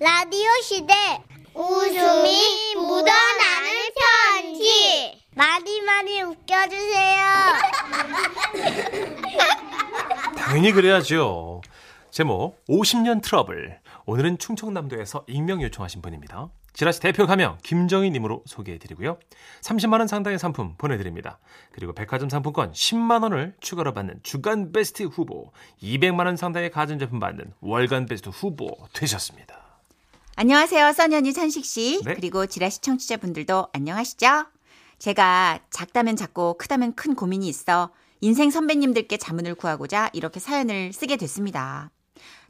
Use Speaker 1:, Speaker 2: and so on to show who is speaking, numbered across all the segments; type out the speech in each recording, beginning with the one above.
Speaker 1: 라디오 시대 웃음이 묻어나는 편지 많이 많이 웃겨주세요.
Speaker 2: 당연히 그래야죠. 제목 50년 트러블. 오늘은 충청남도에서 익명 요청하신 분입니다. 지라시 대표 가명 김정희님으로 소개해드리고요. 30만 원 상당의 상품 보내드립니다. 그리고 백화점 상품권 10만 원을 추가로 받는 주간 베스트 후보, 200만 원 상당의 가전제품 받는 월간 베스트 후보 되셨습니다.
Speaker 3: 안녕하세요. 써니언니 천식 씨.
Speaker 2: 네.
Speaker 3: 그리고 지라시 청취자분들도 안녕하시죠? 제가 작다면 작고 크다면 큰 고민이 있어 인생 선배님들께 자문을 구하고자 이렇게 사연을 쓰게 됐습니다.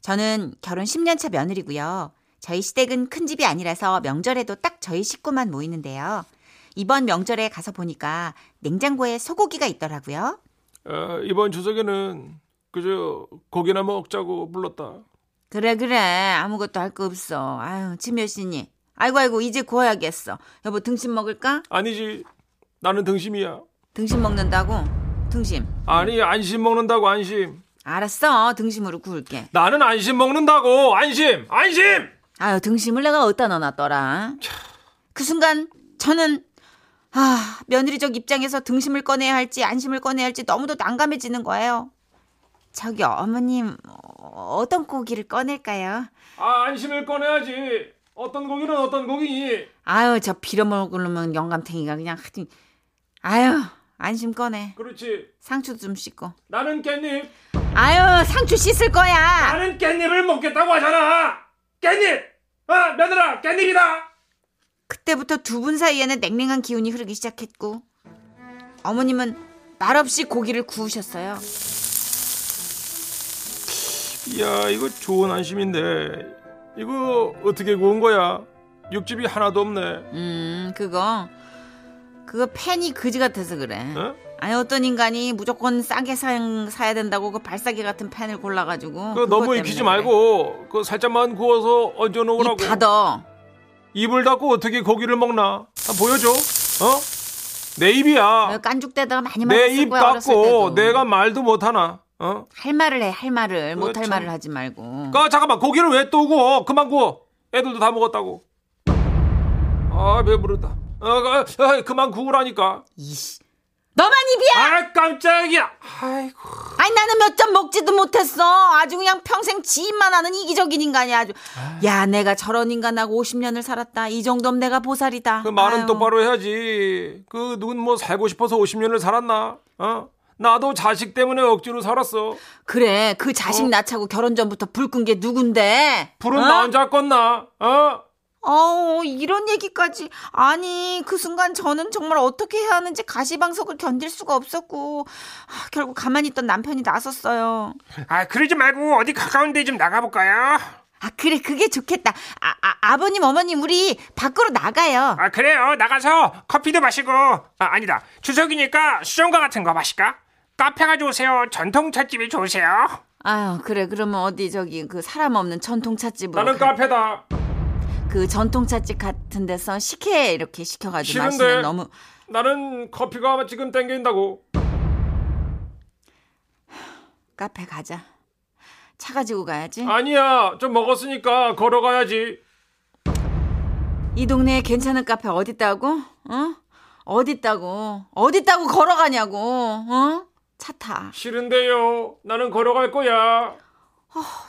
Speaker 3: 저는 결혼 10년 차 며느리고요. 저희 시댁은 큰 집이 아니라서 명절에도 딱 저희 식구만 모이는데요. 이번 명절에 가서 보니까 냉장고에 소고기가 있더라고요.
Speaker 2: 아, 이번 추석에는 그저 고기나 먹자고 불렀다.
Speaker 3: 그래 그래 아무것도 할 거 없어. 아유 지묘신이 아이고 아이고 이제 구워야겠어. 여보 등심 먹을까?
Speaker 2: 아니지, 나는 등심이야.
Speaker 3: 등심 먹는다고? 등심.
Speaker 2: 아니 안심 먹는다고 안심.
Speaker 3: 알았어. 등심으로 구울게.
Speaker 2: 나는 안심 먹는다고 안심 안심.
Speaker 3: 아유, 등심을 내가 어디다 넣어놨더라. 그 순간 저는 아, 며느리적 입장에서 등심을 꺼내야 할지 안심을 꺼내야 할지 너무도 난감해지는 거예요. 저기 어머님 어, 어떤 고기를 꺼낼까요?
Speaker 2: 아 안심을 꺼내야지. 어떤 고기는 어떤 고기니?
Speaker 3: 아유 저 빌어먹으려면 영감탱이가 그냥 하여튼 아유 안심 꺼내
Speaker 2: 그렇지.
Speaker 3: 상추도 좀 씻고
Speaker 2: 나는 깻잎.
Speaker 3: 아유 상추 씻을 거야
Speaker 2: 나는 깻잎을 먹겠다고 하잖아. 깻잎. 아 며느라 깻잎이다.
Speaker 3: 그때부터 두 분 사이에는 냉랭한 기운이 흐르기 시작했고 어머님은 말없이 고기를 구우셨어요.
Speaker 2: 이야 이거 좋은 안심인데 이거 어떻게 구운 거야? 육즙이 하나도 없네.
Speaker 3: 음 그거 그거 팬이 그지 같아서 그래.
Speaker 2: 어?
Speaker 3: 아니 어떤 인간이 무조건 싸게 사, 사야 된다고 그 발싸개 같은 팬을 골라가지고
Speaker 2: 그거 너무
Speaker 3: 때문에
Speaker 2: 익히지
Speaker 3: 아, 그래.
Speaker 2: 말고 그 살짝만 구워서 얹어 놓으라고.
Speaker 3: 입 닫어.
Speaker 2: 입을 닫고 어떻게 고기를 먹나? 다 보여줘. 어? 내 입이야.
Speaker 3: 내가 그 깐죽대다가 많이
Speaker 2: 내
Speaker 3: 맞았을
Speaker 2: 입
Speaker 3: 거야 어렸을
Speaker 2: 닫고
Speaker 3: 때도.
Speaker 2: 내가 말도 못하나? 어?
Speaker 3: 할 말을 해 할 말을 못 할
Speaker 2: 그렇죠.
Speaker 3: 말을 하지 말고.
Speaker 2: 아, 잠깐만 고기를 왜 또 구워? 그만 구워. 애들도 다 먹었다고. 아 배부르다. 아, 아, 아, 그만 구우라니까.
Speaker 3: 이씨 너만 입이야.
Speaker 2: 아 깜짝이야. 아이고. 그
Speaker 3: 아니 나는 몇 점 먹지도 못했어. 아주 그냥 평생 지인만 하는 이기적인 인간이 아주. 야 내가 저런 인간하고 50년을 살았다. 이 정도면 내가 보살이다.
Speaker 2: 그 말은
Speaker 3: 아유.
Speaker 2: 똑바로 해야지. 그 누군 뭐 살고 싶어서 50년을 살았나? 어? 나도 자식 때문에 억지로 살았어.
Speaker 3: 그래 그 자식 낳자고 결혼 전부터 불 끈 게 누군데?
Speaker 2: 어. 불은
Speaker 3: 어?
Speaker 2: 나 혼자 껐나? 어?
Speaker 3: 어우 이런 얘기까지 아니 그 순간 저는 정말 어떻게 해야 하는지 가시방석을 견딜 수가 없었고 아, 결국 가만히 있던 남편이 나섰어요.
Speaker 2: 아 그러지 말고 어디 가까운 데 좀 나가볼까요?
Speaker 3: 아 그래 그게 좋겠다. 아, 아 아버님 어머님 우리 밖으로 나가요.
Speaker 2: 아 그래요 나가서 커피도 마시고 아 아니다 추석이니까 수정과 같은 거 마실까? 카페가 좋으세요 전통 찻집이 좋으세요?
Speaker 3: 아유 그래 그러면 어디 저기 그 사람 없는 전통 찻집으로
Speaker 2: 나는
Speaker 3: 가-
Speaker 2: 카페다
Speaker 3: 그 전통 찻집 같은 데서 식혜 이렇게 시켜가지고
Speaker 2: 싫은데.
Speaker 3: 마시면 너무
Speaker 2: 나는 커피가 지금 땡긴다고
Speaker 3: 카페 가자 차 가지고 가야지
Speaker 2: 아니야 좀 먹었으니까 걸어가야지
Speaker 3: 이 동네에 괜찮은 카페 어딨다고 어 어딨다고 어딨다고 걸어가냐고 어차타
Speaker 2: 싫은데요 나는 걸어갈 거야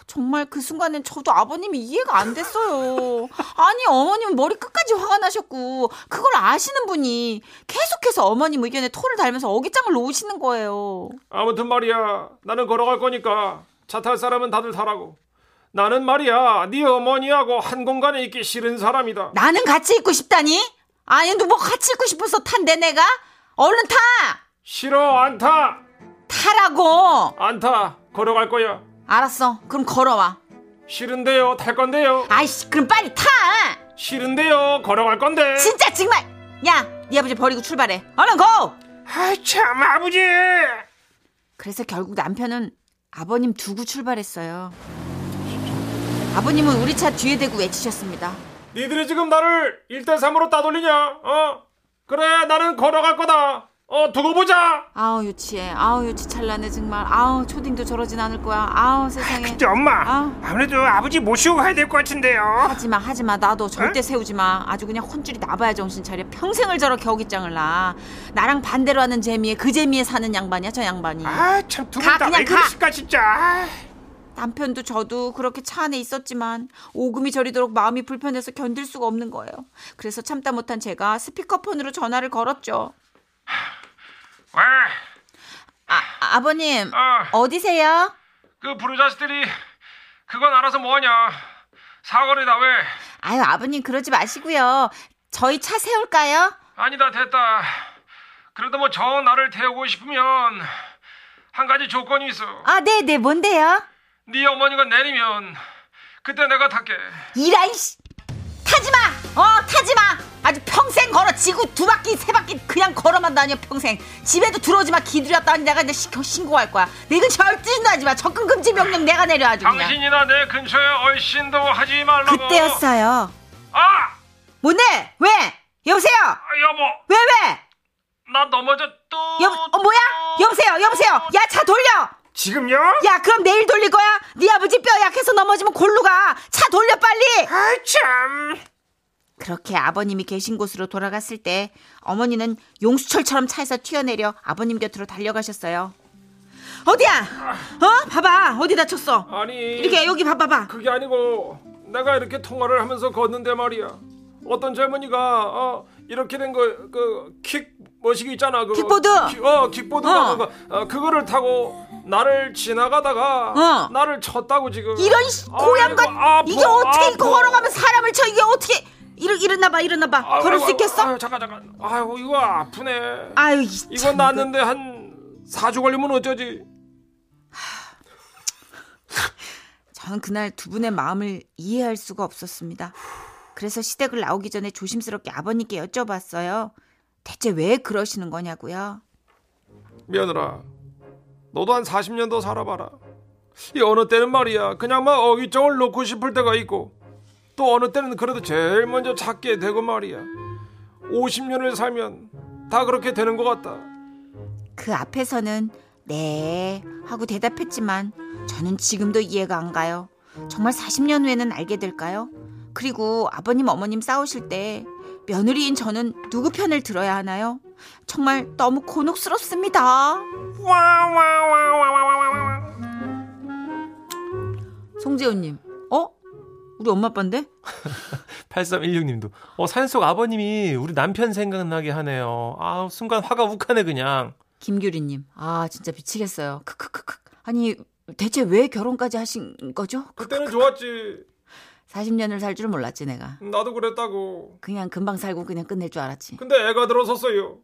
Speaker 3: 정말 그 순간엔 저도 아버님이 이해가 안 됐어요 아니 어머님은 머리 끝까지 화가 나셨고 그걸 아시는 분이 계속해서 어머님 의견에 토를 달면서 어깃장을 놓으시는 거예요.
Speaker 2: 아무튼 말이야 나는 걸어갈 거니까 차 탈 사람은 다들 타라고 나는 말이야 네 어머니하고 한 공간에 있기 싫은 사람이다
Speaker 3: 나는 같이 있고 싶다니? 아니, 너 뭐 같이 있고 싶어서 탄데 내가? 얼른 타!
Speaker 2: 싫어 안타안타
Speaker 3: 타라고!
Speaker 2: 걸어갈 거야
Speaker 3: 알았어. 그럼 걸어와.
Speaker 2: 싫은데요 탈 건데요
Speaker 3: 아이씨, 그럼 빨리 타!
Speaker 2: 싫은데요 걸어갈 건데
Speaker 3: 진짜 정말! 야, 네 아버지 버리고 출발해. 얼른 고!
Speaker 2: 아참 아버지
Speaker 3: 그래서 결국 남편은 아버님 두고 출발했어요. 아버님은 우리 차 뒤에 대고 외치셨습니다.
Speaker 2: 니들이 지금 나를 1대3으로 따돌리냐 어 그래 나는 걸어갈 거다 어, 두고 보자.
Speaker 3: 아우 유치해. 아우 유치 찰나네 정말. 아우 초딩도 저러진 않을 거야. 아우 세상에.
Speaker 4: 저 엄마
Speaker 3: 아.
Speaker 4: 아무래도 아버지 모시고 가야 될 것 같은데요.
Speaker 3: 하지마 하지마 나도 절대 세우지 마. 아주 그냥 혼줄이 나봐야 정신 차려. 평생을 저렇게 어깃장을 나. 나랑 반대로 하는 재미에 그 재미에 사는 양반이야 저 양반이.
Speaker 4: 아 참 두 분
Speaker 3: 가,
Speaker 4: 다 왜
Speaker 3: 그냥 가.
Speaker 4: 그러실까 진짜. 아.
Speaker 3: 남편도 저도 그렇게 차 안에 있었지만 오금이 저리도록 마음이 불편해서 견딜 수가 없는 거예요. 그래서 참다 못한 제가 스피커폰으로 전화를 걸었죠.
Speaker 2: 와,
Speaker 3: 아, 아버님
Speaker 2: 아.
Speaker 3: 어디세요?
Speaker 2: 그 부르자식들이 그건 알아서 뭐하냐. 사거리 다 왜?
Speaker 3: 아유 아버님 그러지 마시고요. 저희 차 세울까요?
Speaker 2: 아니다 됐다. 그래도 뭐 저 나를 태우고 싶으면 한 가지 조건이 있어.
Speaker 3: 아 네네 뭔데요?
Speaker 2: 네 어머니가 내리면 그때 내가 탈게.
Speaker 3: 이라이 씨 타지마 어 타지마 아주 평생 걸어 지구 두 바퀴 세 바퀴 그냥 걸어만 다녀 평생 집에도 들어오지 마 기들였다 니 내가 이제 시- 신고할 거야 내 이건 절대 신고하지 마 접근 금지 명령 내가 내려 아주 그냥
Speaker 2: 당신이나 내 근처에 얼씬도 하지 말라고.
Speaker 3: 그때였어요
Speaker 2: 아,
Speaker 3: 뭔데 왜 여보세요
Speaker 2: 여보,
Speaker 3: 왜왜
Speaker 2: 나 넘어졌어.
Speaker 3: 여보 어 뭐야 여보세요 여보세요 야 차 돌려
Speaker 4: 지금요?
Speaker 3: 야 그럼 내일 돌릴 거야 네 아버지 뼈 약해서 넘어지면 골로 가 차 돌려 빨리
Speaker 4: 아 참.
Speaker 3: 그렇게 아버님이 계신 곳으로 돌아갔을 때 어머니는 용수철처럼 차에서 튀어내려 아버님 곁으로 달려가셨어요. 어디야? 어? 봐봐. 어디 다쳤어?
Speaker 2: 아니
Speaker 3: 이렇게 여기 봐봐봐.
Speaker 2: 그게 아니고 내가 이렇게 통화를 하면서 걷는데 말이야. 어떤 젊은이가 어, 이렇게 된 거 그킥 머시기 있잖아. 그
Speaker 3: 킥보드!
Speaker 2: 어, 킥보드가
Speaker 3: 어.
Speaker 2: 그거, 어, 그거를 타고 나를 지나가다가
Speaker 3: 어.
Speaker 2: 나를 쳤다고 지금.
Speaker 3: 이런 씨,
Speaker 2: 아이고,
Speaker 3: 고양반
Speaker 2: 아파, 뭐,
Speaker 3: 이게 어떻게
Speaker 2: 아파.
Speaker 3: 이거 걸어가면 사람을 쳐 이게 어떻게 이러 일어나 봐 일어나 봐
Speaker 2: 아이고,
Speaker 3: 걸을 수
Speaker 2: 아이고,
Speaker 3: 있겠어?
Speaker 2: 아이고, 잠깐 잠깐. 아이고 이거 아프네.
Speaker 3: 아유 이
Speaker 2: 이거
Speaker 3: 참, 그-
Speaker 2: 났는데 한 4주 걸리면 어쩌지?
Speaker 3: 저는 그날 두 분의 마음을 이해할 수가 없었습니다. 그래서 시댁을 나오기 전에 조심스럽게 아버님께 여쭤봤어요. 대체 왜 그러시는 거냐고요.
Speaker 2: 며느라 너도 한 40년 더 살아봐라 이 어느 때는 말이야 그냥 막 어깃장을 놓고 싶을 때가 있고 또 어느 때는 그래도 제일 먼저 찾게 되고 말이야 50년을 살면 다 그렇게 되는 것 같다
Speaker 3: 그 앞에서는 네 하고 대답했지만 저는 지금도 이해가 안 가요. 정말 40년 후에는 알게 될까요? 그리고 아버님 어머님 싸우실 때 며느리인 저는 누구 편을 들어야 하나요? 정말 너무 곤혹스럽습니다.
Speaker 4: 와와와와와와와.
Speaker 3: 송재훈님, 어? 우리 엄마 아빠인데?
Speaker 2: 8316님도 어, 사연 속 아버님이 우리 남편 생각나게 하네요 아 순간 화가 욱하네 그냥
Speaker 3: 김규리님, 아 진짜 미치겠어요. 크크크크. 아니 대체 왜 결혼까지 하신 거죠?
Speaker 2: 그때는 좋았지
Speaker 3: 40년을 살 줄 몰랐지 내가.
Speaker 2: 나도 그랬다고
Speaker 3: 그냥 금방 살고 그냥 끝낼 줄 알았지.
Speaker 2: 근데 애가 들어섰어요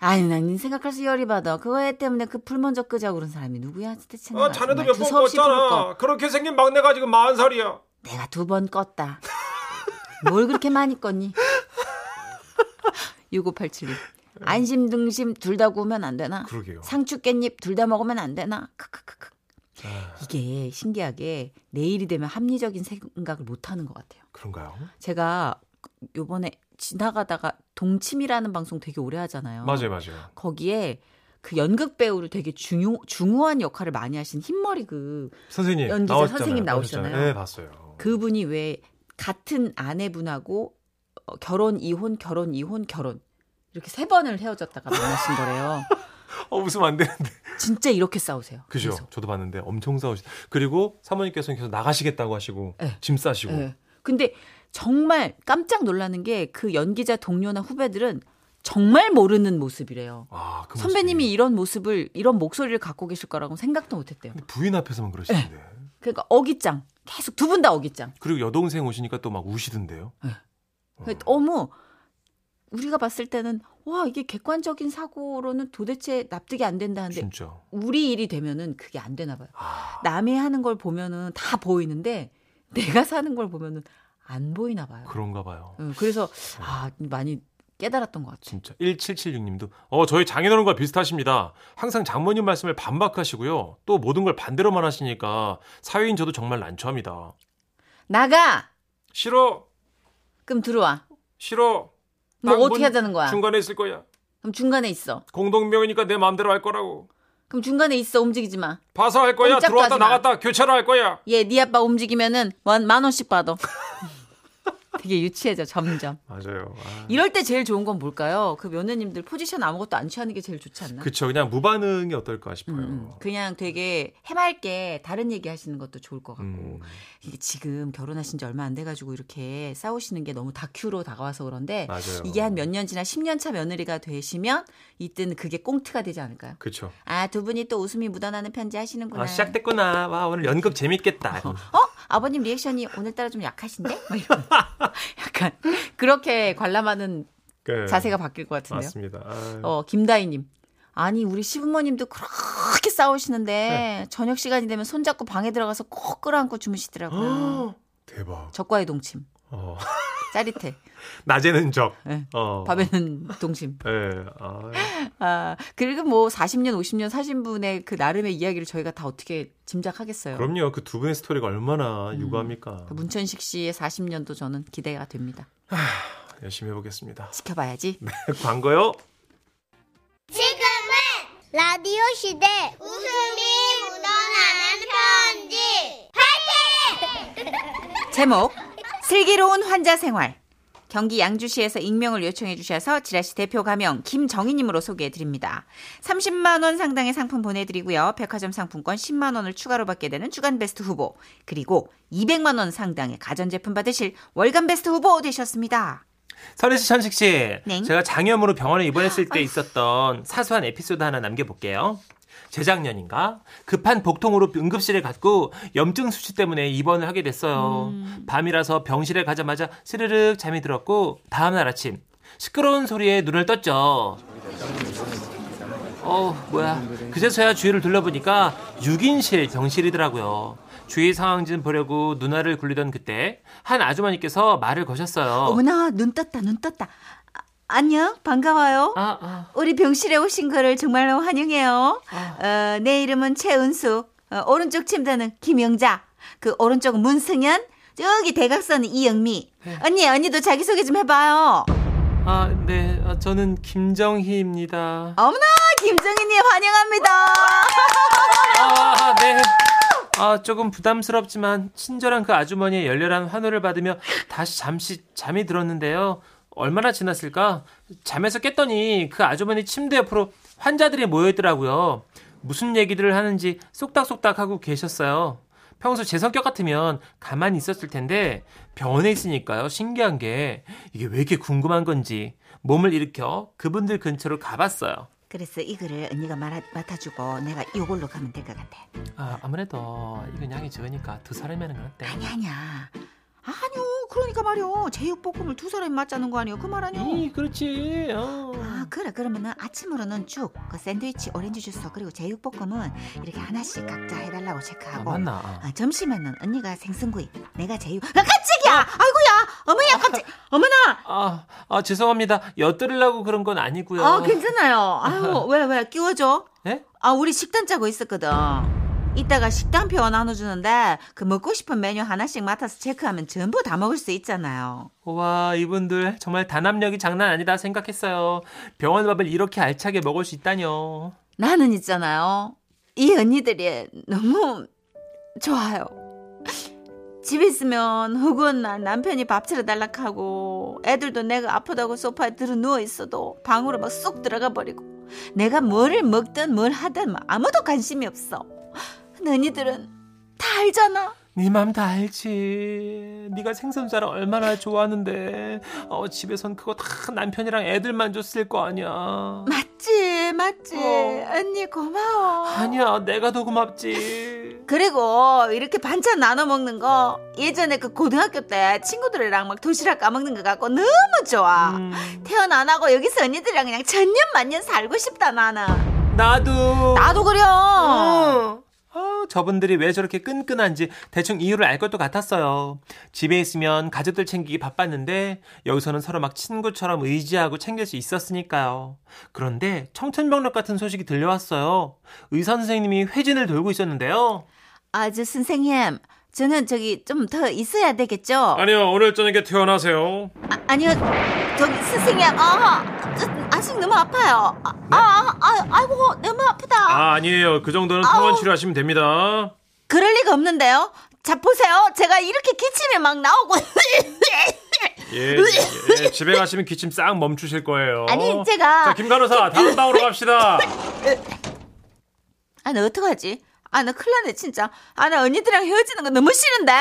Speaker 3: 아니 난니 생각할수 열이 받아. 그거 애 때문에 그 풀 먼저 끄자고 그런 사람이 누구야? 진짜
Speaker 2: 아, 자네도 몇 번 껐잖아 그렇게 생긴 막내가 지금 40살이야
Speaker 3: 내가 두 번 껐다. 뭘 그렇게 많이 껐니? 6587님. 안심 등심 둘 다 구우면 안 되나?
Speaker 2: 그러게요
Speaker 3: 상추 깻잎 둘 다 먹으면 안 되나? 크크크크. 이게 신기하게 내일이 되면 합리적인 생각을 못 하는 것 같아요.
Speaker 2: 그런가요?
Speaker 3: 제가 요번에 지나가다가 동침이라는 방송 되게 오래 하잖아요.
Speaker 2: 맞아요 맞아요
Speaker 3: 거기에 그 연극 배우로 되게 중요, 중요한 역할을 많이 하신 흰머리 그
Speaker 2: 선생님
Speaker 3: 연기자
Speaker 2: 나오셨잖아요.
Speaker 3: 선생님 나오셨잖아요.
Speaker 2: 나오셨잖아요. 네 봤어요.
Speaker 3: 그분이 왜 같은 아내분하고 어, 결혼 이혼 결혼 이혼 결혼 이렇게 세 번을 헤어졌다가 만나신 거래요.
Speaker 2: 어 웃으면 안 되는데.
Speaker 3: 진짜 이렇게 싸우세요.
Speaker 2: 그죠.
Speaker 3: 계속.
Speaker 2: 저도 봤는데 엄청 싸우시. 그리고 사모님께서는 계속 나가시겠다고 하시고
Speaker 3: 네.
Speaker 2: 짐 싸시고.
Speaker 3: 예. 근데 정말 깜짝 놀라는 게 그 연기자 동료나 후배들은 정말 모르는 모습이래요.
Speaker 2: 아, 그 모습이.
Speaker 3: 선배님이 이런 모습을 이런 목소리를 갖고 계실 거라고 생각도 못했대요.
Speaker 2: 근데 부인 앞에서만 그러시는데.
Speaker 3: 그러니까 어깃장 계속 두 분 다 어깃장.
Speaker 2: 그리고 여동생 오시니까 또 막 우시던데요.
Speaker 3: 그러니까 너무 우리가 봤을 때는 와 이게 객관적인 사고로는 도대체 납득이 안 된다는데
Speaker 2: 진짜.
Speaker 3: 우리 일이 되면은 그게 안 되나 봐요.
Speaker 2: 아,
Speaker 3: 남이 하는 걸 보면은 다 보이는데 내가 사는 걸 보면은 안 보이나 봐요.
Speaker 2: 그런가 봐요.
Speaker 3: 응, 그래서 아 많이 깨달았던 것 같아요.
Speaker 2: 진짜 1776님도 어 저희 장인어른과 비슷하십니다. 항상 장모님 말씀을 반박하시고요. 또 모든 걸 반대로만 하시니까 사회인 저도 정말 난처합니다.
Speaker 3: 나가
Speaker 2: 싫어,
Speaker 3: 그럼 들어와.
Speaker 2: 싫어.
Speaker 3: 뭐
Speaker 2: 딱
Speaker 3: 어떻게
Speaker 2: 문
Speaker 3: 하자는 거야?
Speaker 2: 중간에 있을 거야.
Speaker 3: 그럼 중간에 있어.
Speaker 5: 공동명이니까 내 마음대로 할 거라고.
Speaker 3: 그럼 중간에 있어. 움직이지 마.
Speaker 5: 봐서 할 거야.
Speaker 3: 꼼짝도
Speaker 5: 들어왔다
Speaker 3: 하지 마.
Speaker 5: 나갔다 교체로 할 거야.
Speaker 3: 얘, 네 아빠 움직이면은 만, 만 원씩 받아. 되게 유치해져, 점점.
Speaker 5: 맞아요. 아.
Speaker 3: 이럴 때 제일 좋은 건 뭘까요? 그 며느님들 포지션 아무것도 안 취하는 게 제일 좋지 않나?
Speaker 5: 그쵸. 그냥 무반응이 어떨까 싶어요.
Speaker 3: 음, 그냥 되게 해맑게 다른 얘기 하시는 것도 좋을 것 같고
Speaker 5: 음.
Speaker 3: 이게 지금 결혼하신 지 얼마 안 돼가지고 이렇게 싸우시는 게 너무 다큐로 다가와서 그런데
Speaker 5: 맞아요.
Speaker 3: 이게 한 몇 년 지나 10년 차 며느리가 되시면 이때는 그게 꽁트가 되지 않을까요?
Speaker 5: 그쵸.
Speaker 3: 아 두 분이 또 웃음이 묻어나는 편지 하시는구나.
Speaker 5: 아, 시작됐구나. 와, 오늘 연극 재밌겠다.
Speaker 3: 어? 아버님 리액션이 오늘따라 좀 약하신데? 막 이런. 약간 그렇게 관람하는
Speaker 5: 그,
Speaker 3: 자세가 바뀔 것 같은데요.
Speaker 5: 맞습니다. 아,
Speaker 3: 어, 김다희님. 아니, 우리 시부모님도 그렇게 싸우시는데,
Speaker 5: 네.
Speaker 3: 저녁 시간이 되면 손잡고 방에 들어가서 꼭 끌어안고 주무시더라고요.
Speaker 5: 대박.
Speaker 3: 적과의 동침.
Speaker 5: 어.
Speaker 3: 짜릿해.
Speaker 5: 낮에는 적.
Speaker 3: 네.
Speaker 5: 어.
Speaker 3: 밤에는 동침.
Speaker 5: 예. 아,
Speaker 3: 아, 그리고 뭐 40년, 50년 사신 분의 그 나름의 이야기를 저희가 다 어떻게 짐작하겠어요.
Speaker 5: 그럼요. 그 두 분의 스토리가 얼마나 유구합니까.
Speaker 3: 그 문천식 씨의 40년도 저는 기대가 됩니다.
Speaker 5: 열심히 해보겠습니다. 네,
Speaker 3: 지켜봐야지.
Speaker 5: 광고요.
Speaker 1: 지금은 라디오 시대 웃음이 묻어나는 편지
Speaker 3: 제목 슬기로운 환자 생활 경기 양주시에서 익명을 요청해 주셔서 지라시 대표 가명 김정희님으로 소개해 드립니다. 30만 원 상당의 상품 보내드리고요. 백화점 상품권 10만 원을 추가로 받게 되는 주간 베스트 후보 그리고 200만 원 상당의 가전제품 받으실 월간 베스트 후보 되셨습니다.
Speaker 5: 선혜 씨, 천식 씨.
Speaker 3: 네.
Speaker 5: 제가 장염으로 병원에 입원했을 때 있었던 사소한 에피소드 하나 남겨볼게요. 재작년인가 급한 복통으로 응급실에 갔고 염증 수치 때문에 입원을 하게 됐어요. 밤이라서 병실에 가자마자 스르륵 잠이 들었고 다음 날 아침 시끄러운 소리에 눈을 떴죠. 어 뭐야 그제서야 주위를 둘러보니까 6인실 병실이더라고요. 주위 상황 좀 보려고 누나를 굴리던 그때 한 아주머니께서 말을 거셨어요.
Speaker 3: 어머나 눈 떴다 눈 떴다. 아, 안녕 반가워요.
Speaker 5: 아, 아.
Speaker 3: 우리 병실에 오신 거를 정말로 환영해요. 어, 내 이름은 최은숙. 어, 오른쪽 침대는 김영자. 그 오른쪽 문승현. 저기 대각선은 이영미.
Speaker 5: 네.
Speaker 3: 언니, 언니도 자기소개 좀 해봐요.
Speaker 5: 아, 네. 아, 저는 김정희입니다.
Speaker 3: 어머나, 김정희님 환영합니다.
Speaker 5: 아, 네. 아, 조금 부담스럽지만 친절한 그 아주머니의 열렬한 환호를 받으며 다시 잠시 잠이 들었는데요. 얼마나 지났을까? 잠에서 깼더니 그 아주머니 침대 옆으로 환자들이 모여 있더라고요. 무슨 얘기들을 하는지 쏙닥쏙닥 하고 계셨어요. 평소 제 성격 같으면 가만히 있었을 텐데 병원에 있으니까요. 신기한 게 이게 왜 이렇게 궁금한 건지 몸을 일으켜 그분들 근처로 가봤어요.
Speaker 3: 그래서 이거를 언니가 말아, 맡아주고 내가 이걸로 가면 될 것 같아.
Speaker 5: 아, 아무래도 이건 양이 적으니까 두 사람이면 어때?
Speaker 3: 아니, 아니야. 아니요. 그러니까 말이요. 제육볶음을 두 사람이 맞자는 거 아니요. 그 말 아니요.
Speaker 5: 이 그렇지. 어.
Speaker 3: 아 그래 그러면은 아침으로는 죽, 그 샌드위치, 오렌지 주스 그리고 제육볶음은 이렇게 하나씩 각자 해달라고
Speaker 5: 아,
Speaker 3: 체크하고
Speaker 5: 맞나?
Speaker 3: 아, 점심에는 언니가 생선구이, 내가 제육. 아, 깜짝이야! 아이고야! 어머야 깜짝! 어머나!
Speaker 5: 아, 아 죄송합니다. 엿들으려고 그런 건 아니고요.
Speaker 3: 아 괜찮아요. 아유 왜 왜 끼워줘?
Speaker 5: 어. 예?
Speaker 3: 아 우리 식단 짜고 있었거든. 이따가 식단표 나눠주는데 그 먹고 싶은 메뉴 하나씩 맡아서 체크하면 전부 다 먹을 수 있잖아요.
Speaker 5: 와 이분들 정말 단합력이 장난 아니다 생각했어요. 병원 밥을 이렇게 알차게 먹을 수 있다뇨.
Speaker 3: 나는 있잖아요. 이 언니들이 너무 좋아요. 집에 있으면 허구한 날 남편이 밥 차려달라 하고 애들도 내가 아프다고 소파에 들어 누워 있어도 방으로 막 쏙 들어가 버리고 내가 뭐를 먹든 뭘 하든 막 아무도 관심이 없어. 근데 언니들은 다 알잖아.
Speaker 5: 네 맘 다 알지. 네가 생선살을 얼마나 좋아하는데 어, 집에선 그거 다 남편이랑 애들만 줬을 거 아니야.
Speaker 3: 맞지, 맞지.
Speaker 5: 어.
Speaker 3: 언니 고마워.
Speaker 5: 아니야 내가 더 고맙지.
Speaker 3: 그리고 이렇게 반찬 나눠 먹는 거 예전에 그 고등학교 때 친구들이랑 막 도시락 까먹는 거 같고 너무 좋아.
Speaker 5: 음,
Speaker 3: 태어나 안 하고 여기서 언니들이랑 그냥 천년 만년 살고 싶다 나는.
Speaker 5: 나도.
Speaker 3: 나도 그래.
Speaker 5: 아, 저분들이 왜 저렇게 끈끈한지 대충 이유를 알 것도 같았어요. 집에 있으면 가족들 챙기기 바빴는데 여기서는 서로 막 친구처럼 의지하고 챙길 수 있었으니까요. 그런데 청천벽력 같은 소식이 들려왔어요. 의사 선생님이 회진을 돌고 있었는데요.
Speaker 3: 아저 선생님 저는 저기 좀 더 있어야 되겠죠?
Speaker 5: 아니요, 오늘 저녁에 퇴원하세요.
Speaker 3: 아, 니요 저기 선생님 아, 저, 아 양식 너무 아파요. 아, 아, 아, 아이고, 너무 아프다.
Speaker 5: 아, 아니에요. 그 정도는 통원 치료하시면 됩니다.
Speaker 3: 그럴 리가 없는데요. 자 보세요. 제가 이렇게 기침이 막 나오고
Speaker 5: 예, 예, 집에 가시면 기침 싹 멈추실 거예요.
Speaker 3: 아니, 제가-
Speaker 5: 어, 자, 김 간호사, 다음 방으로 갑시다.
Speaker 3: 아 나 어떡하지? 아 나 큰일 났네 진짜. 아 나 언니들이랑 헤어지는 거 너무 싫은데.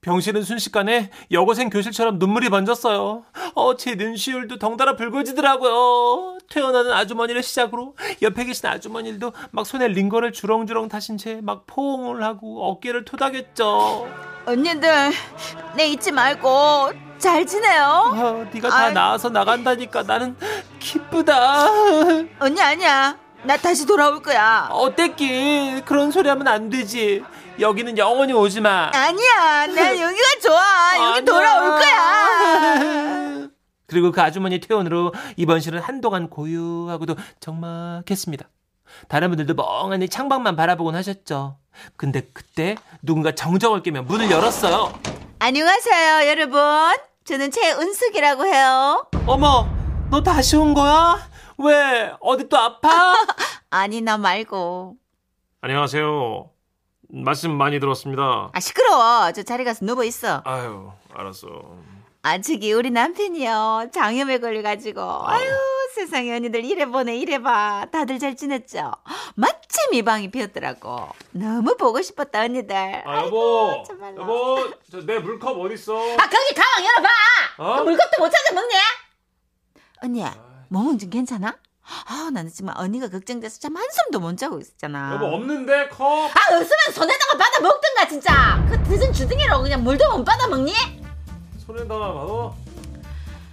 Speaker 5: 병실은 순식간에 여고생 교실처럼 눈물이 번졌어요. 어, 제 눈시울도 덩달아 붉어지더라고요. 퇴원하는 아주머니를 시작으로 옆에 계신 아주머니도 막 손에 링거를 주렁주렁 타신 채 막 포옹을 하고 어깨를 토닥였죠.
Speaker 3: 언니들 내 잊지 말고 잘 지내요.
Speaker 5: 아, 네가 다
Speaker 3: 아이.
Speaker 5: 나아서 나간다니까 나는 기쁘다.
Speaker 3: 언니 아니야. 나 다시 돌아올 거야.
Speaker 5: 어땠긴 그런 소리 하면 안 되지. 여기는 영원히 오지 마.
Speaker 3: 아니야. 나 여기가 좋아. 여기
Speaker 5: 아니야.
Speaker 3: 돌아올 거야.
Speaker 5: 그리고 그 아주머니 퇴원으로 이번 시는 한동안 고요하고도 적막했습니다. 다른 분들도 멍하니 창밖만 바라보곤 하셨죠. 근데 그때 누군가 정적을 깨며 문을 열었어요.
Speaker 3: 안녕하세요, 여러분. 저는 최은숙이라고 해요.
Speaker 5: 어머, 너 다시 온 거야? 왜 어디 또 아파?
Speaker 3: 아니 나 말고.
Speaker 5: 안녕하세요. 말씀 많이 들었습니다.
Speaker 3: 아 시끄러워. 저 자리 가서 누워 있어.
Speaker 5: 아유, 알았어.
Speaker 3: 아, 저기 우리 남편이요. 장염에 걸려가지고. 아유, 세상에 언니들 이래 보네, 이래 봐. 다들 잘 지냈죠? 마침 이 방이 비었더라고. 너무 보고 싶었다, 언니들.
Speaker 5: 아 여보,
Speaker 3: 참말로.
Speaker 5: 여보, 저 내 물컵 어디 있어?
Speaker 3: 아, 거기 가방 열어봐!
Speaker 5: 어? 아.
Speaker 3: 그 물컵도 못 찾아 먹네? 언니야, 몸은 좀 괜찮아? 아, 나는 정말 언니가 걱정돼서 참 한숨도 못 자고 있었잖아.
Speaker 5: 여보 뭐 없는데 컵.
Speaker 3: 아, 없으면 손에다가 받아 먹든가, 진짜! 그 드신 주둥이라고 그냥 물도 못 받아 먹니?
Speaker 5: 손에다가 봐도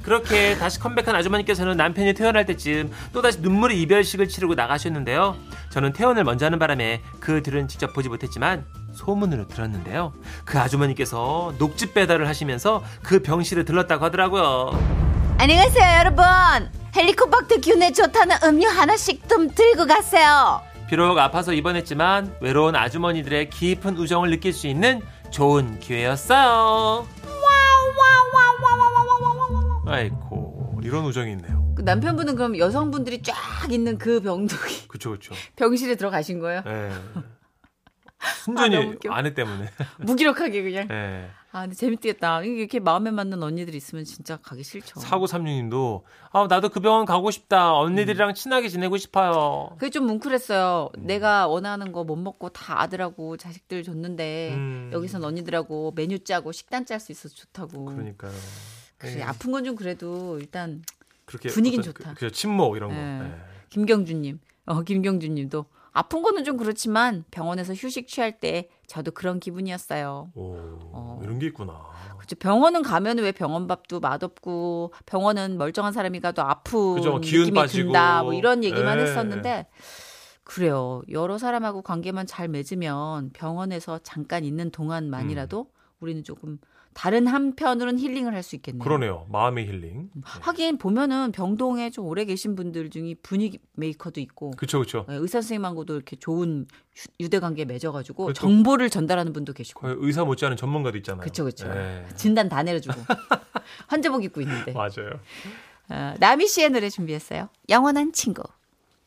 Speaker 5: 그렇게 다시 컴백한 아주머니께서는 남편이 퇴원할 때쯤 또다시 눈물의 이별식을 치르고 나가셨는데요. 저는 퇴원을 먼저 하는 바람에 그 뒤는 직접 보지 못했지만 소문으로 들었는데요. 그 아주머니께서 녹즙 배달을 하시면서 그 병실에 들렀다고 하더라고요.
Speaker 3: 안녕하세요, 여러분. 헬리코박터 균에 좋다는 음료 하나씩 좀 들고 가세요.
Speaker 5: 비록 아파서 입원했지만 외로운 아주머니들의 깊은 우정을 느낄 수 있는 좋은 기회였어요. 아이고 이런 우정이 있네요.
Speaker 3: 그 남편분은 그럼 여성분들이 쫙 있는 그 병동이
Speaker 5: 그쵸 그쵸.
Speaker 3: 병실에 들어가신 거예요?
Speaker 5: 예.
Speaker 3: 아,
Speaker 5: 순전히
Speaker 3: 너무 웃겨.
Speaker 5: 아내 때문에.
Speaker 3: 무기력하게 그냥.
Speaker 5: 예.
Speaker 3: 아, 근데 재밌겠다. 이게 이렇게 마음에 맞는 언니들이 있으면 진짜 가기 싫죠.
Speaker 5: 사고 삼육님도 아 나도 그 병원 가고 싶다. 언니들이랑 친하게 지내고 싶어요.
Speaker 3: 그게 좀 뭉클했어요. 내가 원하는 거 못 먹고 다 아들하고 자식들 줬는데
Speaker 5: 음.
Speaker 3: 네, 여기선 언니들하고 메뉴 짜고 식단 짤 수 있어서 좋다고.
Speaker 5: 그러니까요.
Speaker 3: 그래,
Speaker 5: 예.
Speaker 3: 아픈 건 좀 그래도 일단
Speaker 5: 그렇게
Speaker 3: 분위긴
Speaker 5: 어떤
Speaker 3: 좋다.
Speaker 5: 그, 그 침묵 이런 거.
Speaker 3: 예.
Speaker 5: 예.
Speaker 3: 김경준님, 어, 김경준님도 아픈 거는 좀 그렇지만 병원에서 휴식 취할 때 저도 그런 기분이었어요.
Speaker 5: 오
Speaker 3: 어.
Speaker 5: 이런 게 있구나.
Speaker 3: 그쵸, 병원은 가면 왜 병원 밥도 맛없고 병원은 멀쩡한 사람이 가도 아픈
Speaker 5: 그죠, 뭐 기운
Speaker 3: 느낌이
Speaker 5: 빠지고.
Speaker 3: 든다 뭐 이런 얘기만
Speaker 5: 예.
Speaker 3: 했었는데 그래요 여러 사람하고 관계만 잘 맺으면 병원에서 잠깐 있는 동안만이라도
Speaker 5: 음.
Speaker 3: 우리는 조금 다른 한편으로는 힐링을 할 수 있겠네요.
Speaker 5: 그러네요. 마음의 힐링.
Speaker 3: 하긴 보면은 병동에 좀 오래 계신 분들 중에 분위기 메이커도 있고
Speaker 5: 그쵸 그쵸.
Speaker 3: 예, 의사 선생님하고도 이렇게 좋은 휴- 유대 관계 맺어가지고
Speaker 5: 그것도-
Speaker 3: 정보를 전달하는 분도 계시고
Speaker 5: 거의 의사 못지않은 전문가도 있잖아요.
Speaker 3: 그쵸 그쵸
Speaker 5: 예.
Speaker 3: 진단 다 내려주고 환자복 입고 있는데
Speaker 5: 맞아요.
Speaker 3: 어, 나미 씨의 노래 준비했어요 영원한 친구